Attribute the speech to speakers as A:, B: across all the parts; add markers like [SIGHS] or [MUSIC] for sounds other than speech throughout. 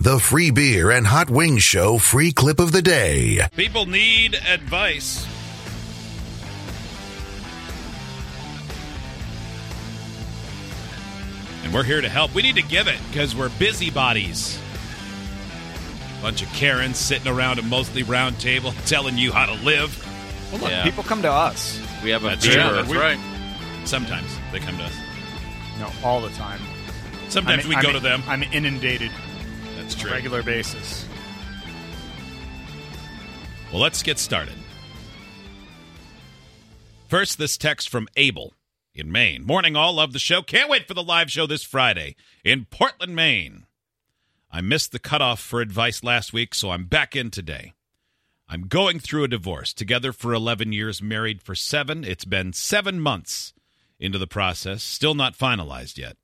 A: The Free Beer and Hot Wings Show free clip of the day.
B: People need advice. And we're here to help. We need to give it because we're busybodies. Bunch of Karens sitting around a mostly round table [LAUGHS] telling you how to live.
C: Well, look,
D: Yeah.
C: people come to us.
D: We have a
B: That's
D: beer.
B: true. We-
D: right.
B: Sometimes they come to us.
C: No, all the time.
B: Sometimes
C: I'm-
B: we
C: I'm-
B: go to them.
C: I'm inundated
B: That's
C: on a
B: true.
C: regular basis.
B: Well, let's get started. First, this text from Abel in Maine. Morning, all. Love the show. Can't wait for the live show this Friday in Portland, Maine. I missed the cutoff for advice last week, so I'm back in today. I'm going through a divorce. Together for 11 years, married for seven. It's been seven months into the process, still not finalized yet.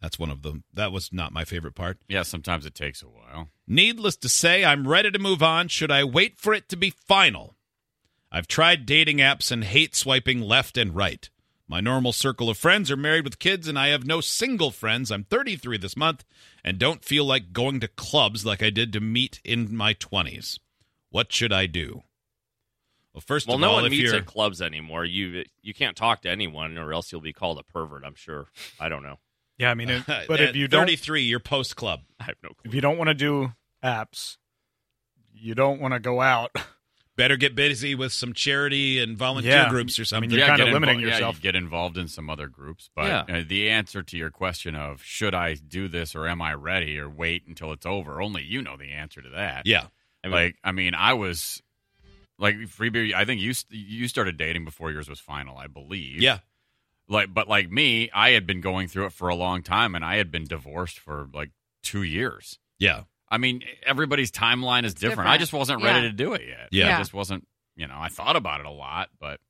B: That's one of them. That was not my favorite part.
D: Yeah, sometimes it takes a while.
B: Needless to say, I'm ready to move on. Should I wait for it to be final? I've tried dating apps and hate swiping left and right. My normal circle of friends are married with kids, and I have no single friends. I'm 33 this month and don't feel like going to clubs like I did to meet in my 20s. What should I do? Well, first
D: Well,
B: of
D: no
B: all,
D: one
B: if
D: meets
B: you're
D: at clubs anymore. You you can't talk to anyone, or else you'll be called a pervert. I'm sure. I don't know. [LAUGHS]
C: Yeah, I
B: [LAUGHS]
C: mean, it, Uh, but
B: at
C: if you don't,
B: 33, you're post club.
D: I have no clue.
C: if you don't want to do apps, you don't want to go out. [LAUGHS]
B: Better get busy with some charity and volunteer
C: Yeah.
B: groups or
C: I mean,
B: something.
C: you're
D: Yeah,
C: kinda
D: get
C: limiting
D: invol-
C: yourself.
E: Yeah, you get involved in some other groups. But
D: Yeah.
E: uh, the answer to your question of should I do this or am I ready or wait until it's over, only you know the answer to that.
B: yeah.
D: I mean-
E: Like, I mean, I was like free beer. I think you st- you started dating before yours was final, I believe.
B: Yeah.
E: Like, but like me, I had been going through it for a long time, and I had been divorced for like two years.
B: Yeah.
E: I mean, everybody's timeline is different.
F: different.
E: I just wasn't ready
F: Yeah.
E: to do it yet.
B: Yeah.
E: I just wasn't. You know, I thought about it a lot, but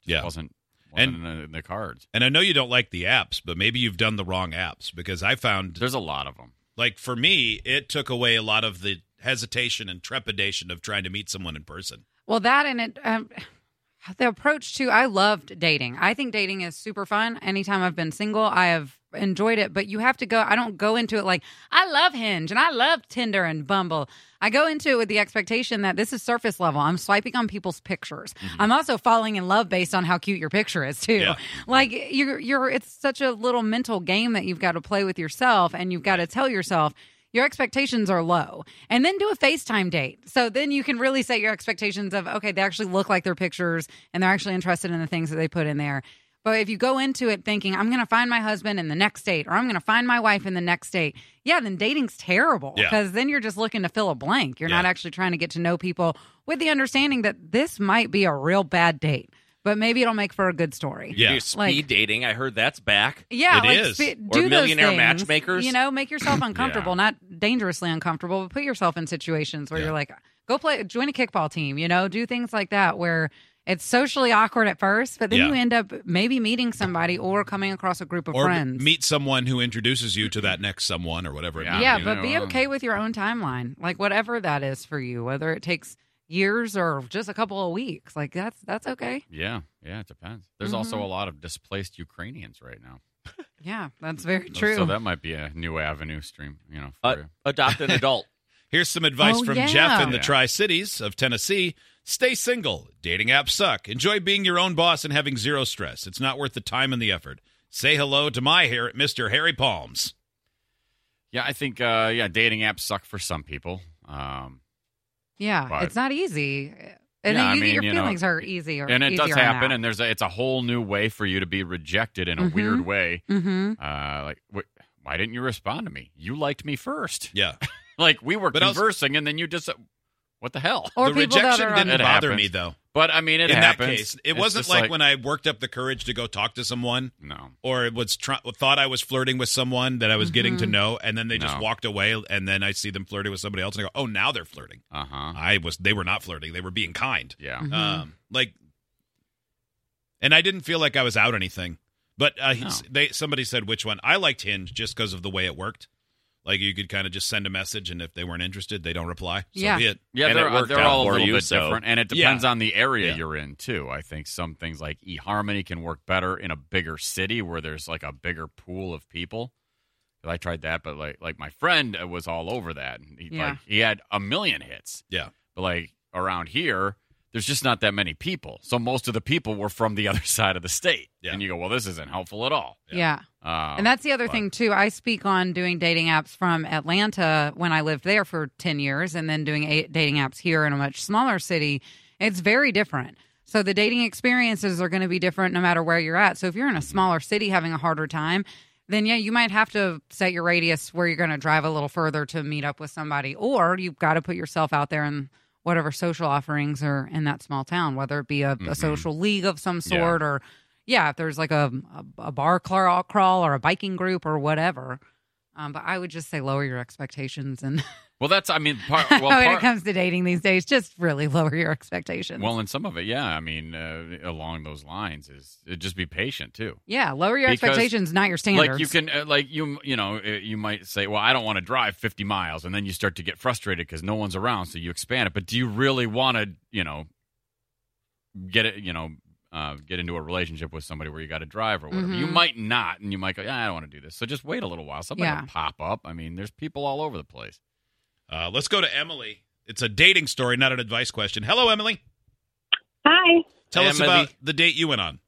E: just
B: Yeah.
E: wasn't, wasn't
B: And-
E: in, the, in the cards.
B: And I know you don't like the apps, but maybe you've done the wrong apps because I found,
E: There's a lot of them.
B: like, for me, it took away a lot of the hesitation and trepidation of trying to meet someone in person.
G: Well, that and it, um, [SIGHS] the approach to I loved dating. I think dating is super fun. Anytime I've been single, I have enjoyed it. But you have to go. I don't go into it like I love Hinge and I love Tinder and Bumble. I go into it with the expectation that this is surface level. I'm swiping on people's pictures. I'm also falling in love based on how cute your picture is too.
B: Yeah.
G: Like you're you're it's such a little mental game that you've got to play with yourself and you've got to tell yourself your expectations are low. And then do a FaceTime date. So then you can really set your expectations of okay, they actually look like their pictures and they're actually interested in the things that they put in there. But if you go into it thinking I'm going to find my husband in the next date or I'm going to find my wife in the next date, yeah, then dating's terrible
B: Yeah.
G: because then you're just looking to fill a blank. You're not
B: Yeah.
G: actually trying to get to know people with the understanding that this might be a real bad date, but maybe it'll make for a good story.
B: Yeah.
D: You do speed
G: Like-
D: dating. I heard that's back.
G: Yeah,
B: It
G: like
B: is.
G: spe-
D: Or
G: do those
D: millionaire
G: things.
D: matchmakers.
G: You know,
E: [CLEARS THROAT]
G: make yourself uncomfortable, not dangerously uncomfortable, but put yourself in situations where
B: Yeah.
G: you're like, go play, join a kickball team. You know, do things like that where it's socially awkward at first, but then
B: Yeah.
G: you end up maybe meeting somebody or coming across a group of
B: or
G: friends.
B: meet someone who introduces you to that next someone or whatever. it
E: Yeah.
B: might
G: yeah,
E: you
G: but
E: know,
G: be
E: um,
G: okay with your own timeline, like whatever that is for you, whether it takes years or just a couple of weeks. Like that's that's okay.
E: Yeah, yeah, it depends. There's also
G: Mm-hmm.
E: a lot of displaced Ukrainians right now.
G: Yeah, that's very
E: So-
G: true.
E: So that might be a new avenue stream, you know. For
D: Uh,
E: you.
D: adopt an adult.
B: Here's some advice
G: Oh,
B: from
G: yeah.
B: Jeff in the
E: Yeah.
B: Tri Cities of Tennessee. Stay single. Dating apps suck. Enjoy being your own boss and having zero stress. It's not worth the time and the effort. Say hello to my hair, Mr. Harry Palms.
E: Yeah, I think uh, yeah, dating apps suck for some people. Um,
G: Yeah,
E: But-
G: it's not easy. And
E: Yeah,
G: then
E: I
G: you
E: mean,
G: get your
E: you know,
G: feelings hurt easy or
E: and it does
G: easier on
E: happen,
G: that.
E: and there's a, it's a whole new way for you to be rejected in a
G: Mhm.
E: weird way.
G: mm-hmm.
E: Uh, like, wh- why didn't you respond to me? You liked me first.
B: Yeah.
E: like we were
B: But also-
E: conversing, and then you just what the hell?
G: [LAUGHS] Or
B: the
G: people that
B: rejection
G: are
B: didn't
G: on,
E: It
B: bother
E: happens.
B: me though.
E: But I mean, it
B: in
E: happens.
B: that case, it
E: It's
B: wasn't
E: just
B: like, when I worked up the courage to go talk to someone
E: no.
B: or it was try- thought I was flirting with someone that I was getting to
G: Mhm.
B: know and then they just
E: No.
B: walked away and then I see them flirting with somebody else and I go, "Oh, now they're flirting."
E: Uh huh.
B: I was they were not flirting. They were being kind.
E: Yeah.
G: Mhm.
B: Um like and I didn't feel like I was out anything. But uh, he-
E: No.
B: they somebody said which one. I liked Hinge just because of the way it worked. Like you could kind of just send a message and if they weren't interested, they don't reply. So
G: Yeah.
B: be it.
E: Yeah,
D: And it
E: they're, uh,
D: worked
E: they're
D: out
E: all a
D: for
E: little
D: you,
E: bit
D: so-
E: different, and it
B: Yeah.
E: depends on the area
B: Yeah.
E: you're in too. I think some things like eHarmony can work better in a bigger city where there's like a bigger pool of people. 'Cause I tried that, but like like my friend uh, was all over that. And He,
G: Yeah.
E: Like he had a million hits.
B: Yeah.
E: but like around here, there's just not that many people. So most of the people were from the [LAUGHS] other side of the state.
B: Yeah.
E: And you go, well, this isn't helpful at all.
B: Yeah.
G: yeah.
E: Um,
G: And that's the other
E: but-
G: thing too. I speak on doing dating apps from Atlanta when I lived there for 10 years and then doing a- dating apps here in a much smaller city. It's very different. So the dating experiences are going to be different no matter where you're at. So if you're in a smaller city having a harder time, then yeah, you might have to set your radius where you're going to drive a little further to meet up with somebody or you've got to put yourself out there in whatever social offerings are in that small town, whether it be a, a
E: Mhm.
G: social league of some
E: Yeah.
G: sort or yeah, if there's like a a, a bar crawl, crawl or a biking group or whatever. Um, but I would just say lower your expectations, and [LAUGHS]
E: Well, that's I mean, part, well,
G: when
E: part,
G: it comes to dating these days, just really [LAUGHS] lower your expectations.
E: Well, and some of it, yeah. I mean, uh, along those lines is uh, just be patient too.
G: yeah, lower your
E: because,
G: expectations, not your standards.
E: Like you can, uh, like you, you know, uh, you might say, "Well, I don't want to drive 50 miles," and then you start to get frustrated because no one's around, so you expand it. But do you really want to, you know, get it, you know, uh, get into a relationship with somebody where you got to drive or whatever? You
G: Mhm.
E: might not, and you might go, "Yeah, I don't want to do this." So just wait a little while. Somebody
G: Yeah.
E: will pop up. I mean, there's people all over the place.
B: Uh, let's go to Emily. It's a dating story, not an advice question. Hello, Emily.
H: Hi.
B: Tell
D: Hey,
B: us
D: Emily.
B: about the date you went on.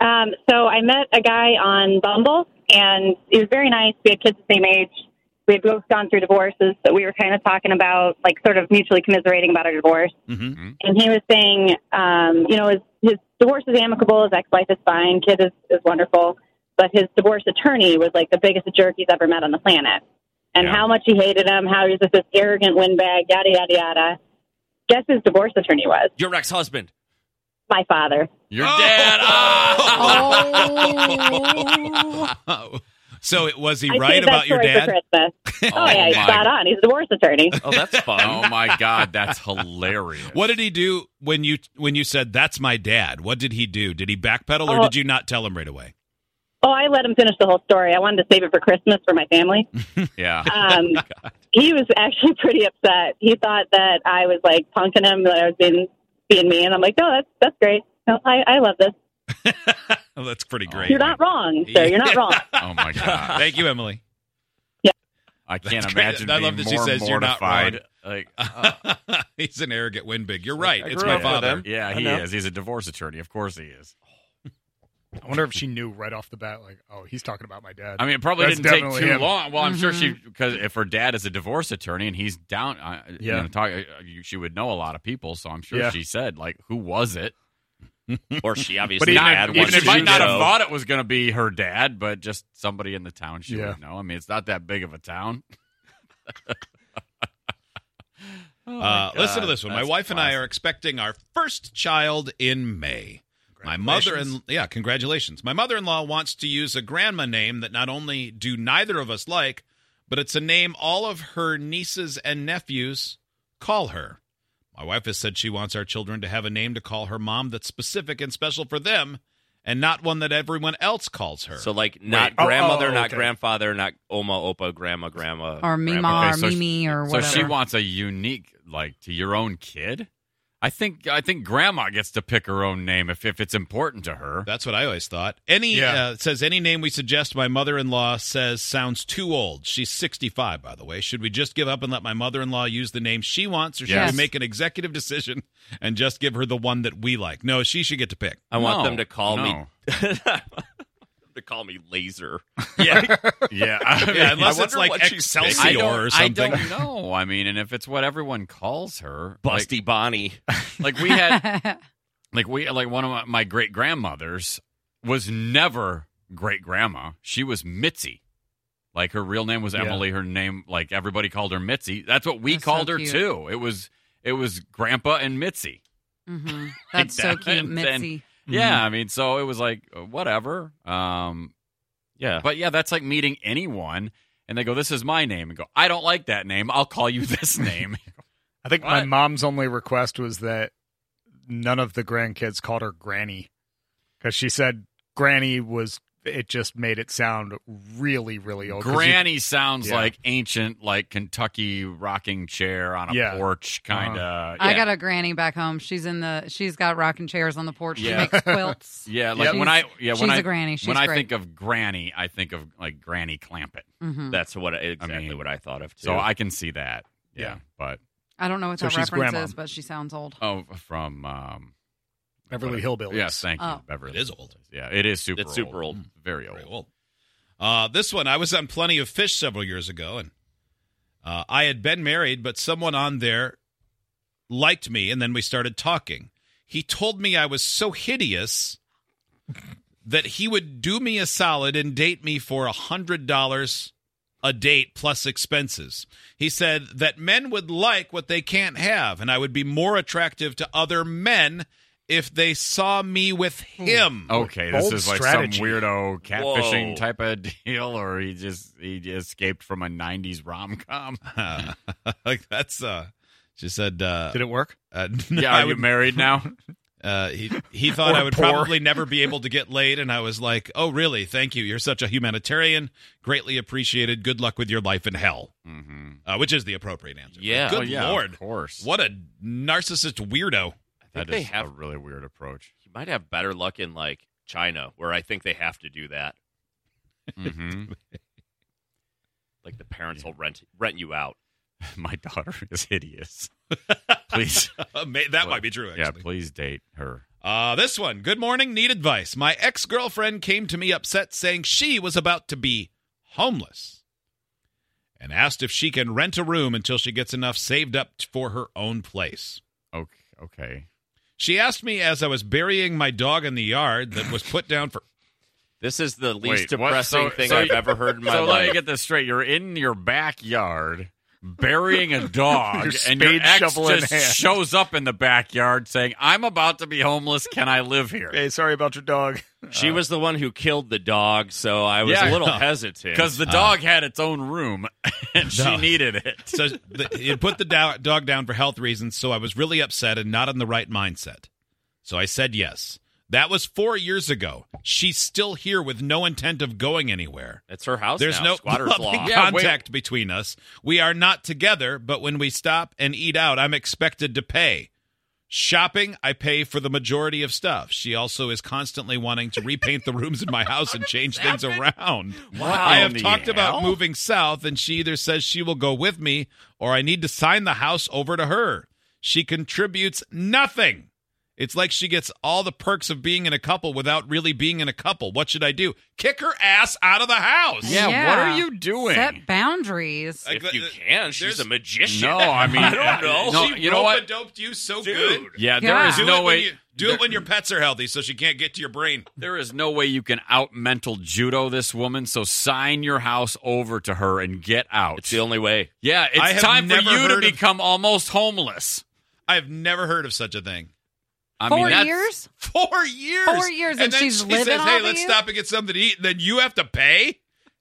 H: Um, so I met a guy on Bumble, and he was very nice. We had kids the same age. We had both gone through divorces, so we were kind of talking about, like, sort of mutually commiserating about our divorce.
B: Mm-hmm.
H: And he was saying, um, you know, his, his divorce is amicable, his ex wife is fine, kid is, is wonderful, but his divorce attorney was like the biggest jerk he's ever met on the planet. And
E: Yeah.
H: how much he hated him, how he was just this arrogant windbag, yada, yada, yada. Guess who his divorce attorney was?
D: Your ex husband.
H: My father.
E: Your
B: Oh!
E: dad.
G: Oh.
B: [LAUGHS] So it was he
H: I
B: right
H: saved that
B: about your
H: story
B: dad?
H: for Christmas. Oh, yeah, he's
E: my-
H: spot on. He's a divorce attorney.
D: Oh, that's fun.
E: Oh my god, that's hilarious.
B: What did he do when you when you said that's my dad? What did he do? Did he backpedal or
H: Oh.
B: did you not tell him right away?
H: Oh, I let him finish the whole story. I wanted to save it for Christmas for my family.
E: Yeah.
H: Um, he was actually [LAUGHS] pretty upset. He thought that I was like punking him, that I was being being mean. I'm like, no, that's that's great. No, I, I love this.
B: [LAUGHS] Oh, that's pretty
E: Oh.
B: great.
H: You're not wrong, sir. You're
B: [LAUGHS]
H: not wrong.
E: Oh my god.
B: Thank you, Emily.
E: I can't
B: That's great.
E: imagine.
B: I
E: being
B: love that she
E: more
B: says you're not
E: mortified. Uh,
B: wrong.
E: Like,
B: [LAUGHS] He's an arrogant windbag. You're right.
D: I
B: It's
D: grew
B: my
D: up with
B: father.
D: him.
E: yeah,
D: I
E: he
D: know.
E: is. He's a divorce attorney. Of course he is.
C: I wonder if she knew right off the bat, like, oh, he's talking about my dad.
E: I mean, it probably
C: That's
E: didn't take
C: definitely
E: too
C: him.
E: long. Well, I'm sure she
H: Mm-hmm.
G: Mhm.
E: because if her dad is a divorce attorney and he's down, uh, you
C: Yeah.
E: know, talk, uh, you, she would know a lot of people. So I'm sure
C: Yeah.
E: she said like, who was it?
D: or she obviously
C: But even
D: had
C: if-
D: one.
C: even
E: Even
C: if
E: it
C: she
E: might not have
C: knows.
E: thought it was going to be her dad, but just somebody in the town she
C: Yeah.
E: would know. I mean, it's not that big of a town. [LAUGHS] Oh my
B: Uh, listen to
E: God,
B: this one. My
E: that's
B: wife and I
E: classic.
B: are expecting our first child in May. My mother and yeah, congratulations. My mother-in-law wants to use a grandma name that not only do neither of us like, but it's a name all of her nieces and nephews call her. My wife has said she wants our children to have a name to call her mom that's specific and special for them and not one that everyone else calls her.
D: So like not
C: Oh, oh,
D: grandmother, not
C: okay.
D: grandfather, not oma, opa, grandma, grandma,
G: [LAUGHS]
D: grandpa.
G: or Mima
E: Okay,
G: or
E: so she-
G: Mimi or
E: So
G: whatever.
E: she wants a unique, like to your own kid. I think I think grandma gets to pick her own name if, if it's important to her.
B: That's what I always thought. Any
C: Yeah.
B: uh, says any name we suggest. My mother-in-law says sounds too old. She's sixty-five, by the way. Should we just give up and let my mother-in-law use the name she wants, or should
E: Yes.
B: we make an executive decision and just give her the one that we like? No, she should get to pick.
D: I want
E: No,
D: them to call me.
E: no.
D: [LAUGHS] to call me laser.
B: Yeah,
E: yeah. I mean,
B: yeah unless
D: I
B: it's
D: wonder
B: like
D: what she's thinking.
E: I
B: Excelsior
E: don't,
B: or something.
E: I don't know. I mean, and if it's what everyone calls her, like-
D: Busty Bonnie.
E: like we had
G: [LAUGHS]
E: like we like one of my, my great grandmothers was never great grandma she was mitzi like her real name was
C: Yeah.
E: emily her name like everybody called her mitzi that's what we
G: That's so
E: called her
G: cute.
E: too it was it was grandpa and mitzi
G: hmm That's so
E: that.
G: cute,
E: And
G: Mitzi.
C: Mm-hmm.
E: yeah i mean so it was like uh, whatever um
D: Yeah.
E: but yeah that's like meeting anyone and they go this is my name and go i don't like that name i'll call
C: [LAUGHS]
E: you this name
C: Mm-hmm. I think my
E: What?
C: mom's only request was that none of the grandkids called her granny because she said granny was it just made it sound really really old 'Cause you-
E: Granny sounds
C: Yeah.
E: like ancient, like Kentucky rocking chair on a
C: Yeah.
E: porch, kind of.
G: I got a granny back home. She's in the. She's got rocking chairs on the porch.
E: Yeah.
G: She
E: [LAUGHS]
G: makes quilts.
E: yeah, like
G: She's-
E: when I yeah
G: she's
E: when
G: a
E: I
G: granny. She's
E: when I
G: great.
E: think of Granny, I think of like Granny Clampett,
G: Mhm.
D: That's what I, exactly
E: mean,
D: what I thought of too.
E: so I can see that. Yeah,
C: Yeah.
E: but
G: I don't know what
C: So
G: that
C: she's
G: reference
C: grandma.
G: is, but she sounds old.
E: oh, from um,
C: Beverly Hillbillies.
E: Yes, thank you,
G: Oh.
E: Beverly.
B: It is old.
E: Yeah, it is super.
D: It's super old.
E: Very old.
B: Very old. Uh, this one, I was on Plenty of Fish several years ago, and uh, I had been married, but someone on there liked me, and then we started talking. He told me I was so hideous that he would do me a solid and date me for a hundred dollars a date plus expenses. He said that men would like what they can't have, and I would be more attractive to other men if they saw me with him.
E: Okay, this
C: Bold
E: is like
C: strategy.
E: some weirdo catfishing
D: Whoa.
E: type of [LAUGHS] deal, or he just he escaped from a '90s rom com.
B: like that's uh she said uh,
C: Did it work?
B: uh [LAUGHS] no,
E: Yeah,
B: I
E: are you
B: would,
E: married now?
B: uh he he thought
C: Or
B: I would
C: poor.
B: probably never be able to get laid and I was like, "Oh, really? Thank you. You're such a humanitarian. Greatly appreciated. Good luck with your life in hell."
E: mm-hmm.
B: Uh, which is the appropriate answer. But
D: Yeah.
B: Good
E: oh, yeah,
B: lord.
E: Of course.
B: What a narcissist weirdo. [LAUGHS]
D: I think
E: That
D: they
E: is a
D: have-
E: really weird approach.
D: you might have better luck in like China, where I think they have to do that.
E: Mm-hmm.
D: Like the parents will rent rent you out.
E: My daughter is hideous. Please,
B: Ama- that might be true
E: yeah,
B: actually.
E: please date her.
B: Uh, this one. Good morning. Need advice. My ex girlfriend came to me upset saying she was about to be homeless and asked if she can rent a room until she gets enough saved up t- for her own place.
E: Okay, okay.
B: She asked me as I was burying my dog in the yard that was put down for. [LAUGHS]
D: This is the least
E: Wait, what?
D: depressing
E: So-
D: thing
E: so-
D: I've ever heard [LAUGHS] in my
E: so let me
D: life.
E: get this straight. You're in your backyard burying a dog,
C: Your
E: and your
C: spade
E: ex
C: shovel in
E: just
C: hand.
E: shows up in the backyard saying, "I'm about to be homeless. Can I live here?"
C: Hey, sorry about your dog. [LAUGHS]
D: she was the one who killed the dog, so uh, I was a
E: Yeah.
D: little hesitant.
E: Because the dog had its own room, [LAUGHS] and she
B: No.
E: needed it.
B: So the, it put the do- dog down for health reasons, so I was really upset and not in the right mindset. So I said yes. That was four years ago. She's still here with no intent of going anywhere.
D: it's her house.
B: There's
D: now,
B: no [LAUGHS]
D: squatter's
B: loving
D: law.
E: Yeah, wait.
B: contact between us. We are not together, but when we stop and eat out, I'm expected to pay. Shopping, I pay for the majority of stuff. She also is constantly wanting to repaint the rooms in my house and
D: [LAUGHS]
B: change things around.
E: What
B: I
E: in
B: have
E: the
B: talked about
E: hell?
B: moving south, and she either says she will go with me or I need to sign the house over to her. She contributes nothing. It's like she gets all the perks of being in a couple without really being in a couple. What should I do? Kick her ass out of the house.
E: [LAUGHS] Yeah, what are you doing?
G: Set boundaries.
B: I-
D: If you can, she's
B: There's-
D: a magician. [LAUGHS]
E: No, I mean,
D: I don't know.
E: No,
B: she
E: you know what?
B: rope-a-doped you so
D: Dude.
B: good.
E: Yeah,
G: Yeah.
E: there is
B: Do, it
E: no
B: when
E: way.
B: you- do it when your pets are healthy, so she can't get to your brain.
E: There is no way you can out mental judo this woman. So sign your house over to her and get out.
D: It's the only way.
E: yeah,
B: I have
E: it's time for
B: never
E: you to
B: heard of-
E: become almost homeless.
B: I've never heard of such a thing.
E: I
G: Four
E: mean, that's,
G: years.
B: Four years.
G: Four years,
B: and
G: and
B: then
G: she's
B: she
G: living
B: says,
G: off
B: "Hey,
G: of
B: let's
G: you?"
B: stop and get something to eat." And then you have to pay,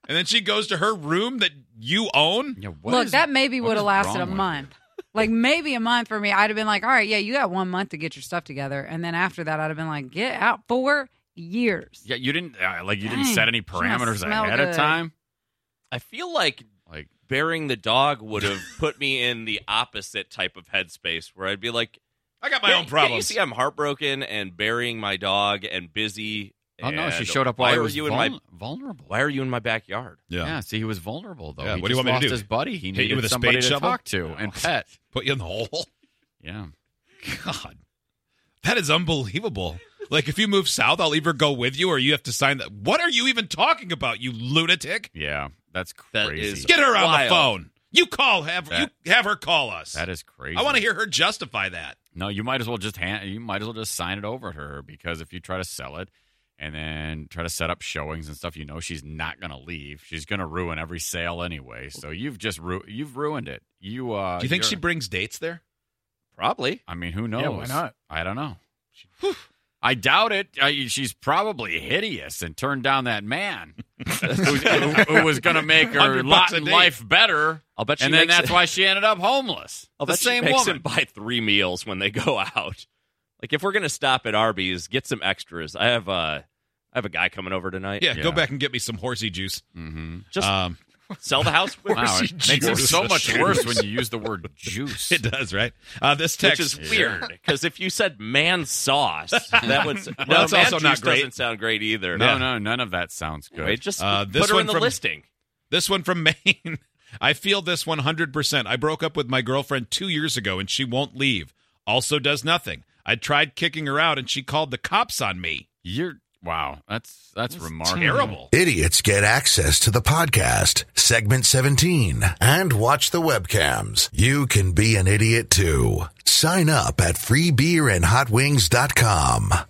B: and then she goes to her room that you own.
E: Yeah, what
G: Look,
E: is-
G: that maybe
E: what
G: would have
E: is
G: lasted
E: wrong
G: a
E: with
G: month. like maybe a month for me. I'd have been like, all right, yeah, you got one month to get your stuff together, and then after that, I'd have been like, get out four years.
E: you? Yeah, you didn't uh, like you didn't
G: Dang,
E: set any
G: she must
E: parameters
G: smell
E: ahead
G: good.
E: of time.
D: I feel like
E: Like,
D: burying the dog would [LAUGHS] have put me in the opposite type of headspace where I'd be like,
B: I got my
D: "Hey,
B: own
D: can't
B: problems.
D: You see, I'm heartbroken and burying my dog and busy.
E: oh no, she
D: and
E: showed up
D: Why
E: while he
D: are
E: was
D: you in
E: vul-
D: my?
E: vulnerable.
D: Why are you in my backyard?
E: yeah. see, he was vulnerable though.
B: Yeah,
E: he
B: what do you
E: just
B: want me to
E: lost
B: do?
E: His buddy, he
B: Hit you
E: needed
B: with a
E: somebody
B: spade
E: to
B: shovel?
E: talk to [LAUGHS] and pet.
B: put you in the hole. [LAUGHS]
E: Yeah,
B: God, that is unbelievable. Like if you move south, I'll either go with you or you have to sign that. What are you even talking about, you lunatic?
E: Yeah, that's
D: That
E: crazy.
D: is-
B: Get her on the
D: Wild.
B: phone. You call have
E: That-
B: you have her call us.
E: that is crazy.
B: I want to hear her justify that.
E: No, you might as well just hand. You might as well just sign it over to her because if you try to sell it and then try to set up showings and stuff, you know she's not going to leave. She's going to ruin every sale anyway. So you've just ru- you've ruined it. You uh,
B: Do you think
E: you're-
B: she brings dates there?
D: Probably.
E: I mean, who knows?
C: Yeah, why not?
E: I don't know. I doubt it. I, she's probably hideous and turned down that man who, who- who was going to make her
B: 100 bucks
E: lot
B: a
E: in
B: day.
E: life better.
D: I'll bet she
E: and then
D: makes
E: that's
D: it-
E: why she ended up homeless.
D: [LAUGHS] I'll
E: the
D: bet she
E: same
D: makes
E: woman.
D: them buy three meals when they go [LAUGHS] out. Like if we're gonna stop at Arby's, get some extras. I have uh, I have a guy coming over tonight.
B: Yeah,
E: Yeah.
B: go back and get me some horsey juice. [LAUGHS]
E: mm-hmm.
D: Just
B: Um,
D: sell the
E: [LAUGHS]
D: house. with
E: Wow,
D: her.
E: it makes it
B: juice.
E: so much worse when you use
B: [LAUGHS]
E: the word juice.
B: it does, right? Uh, this
D: Which
B: text
D: is weird because if you said man sauce, that would
E: [LAUGHS]
D: no,
B: that's
D: man
B: also not
D: juice
B: great.
D: Doesn't sound great either.
E: No,
B: Yeah.
E: no, none of that sounds good.
D: Anyway, just
B: Uh, this
D: put her
B: one
D: in the
B: from-
D: listing.
B: This one from [LAUGHS] Maine. I feel this 100%. I broke up with my girlfriend two years ago and she won't leave. Also does nothing. I tried kicking her out and she called the cops on me.
E: You're wow, that's that's, remarkable.
B: Terrible.
A: Idiots get access to the podcast, segment 17, and watch the webcams. You can be an idiot too. Sign up at freebeerandhotwings.com.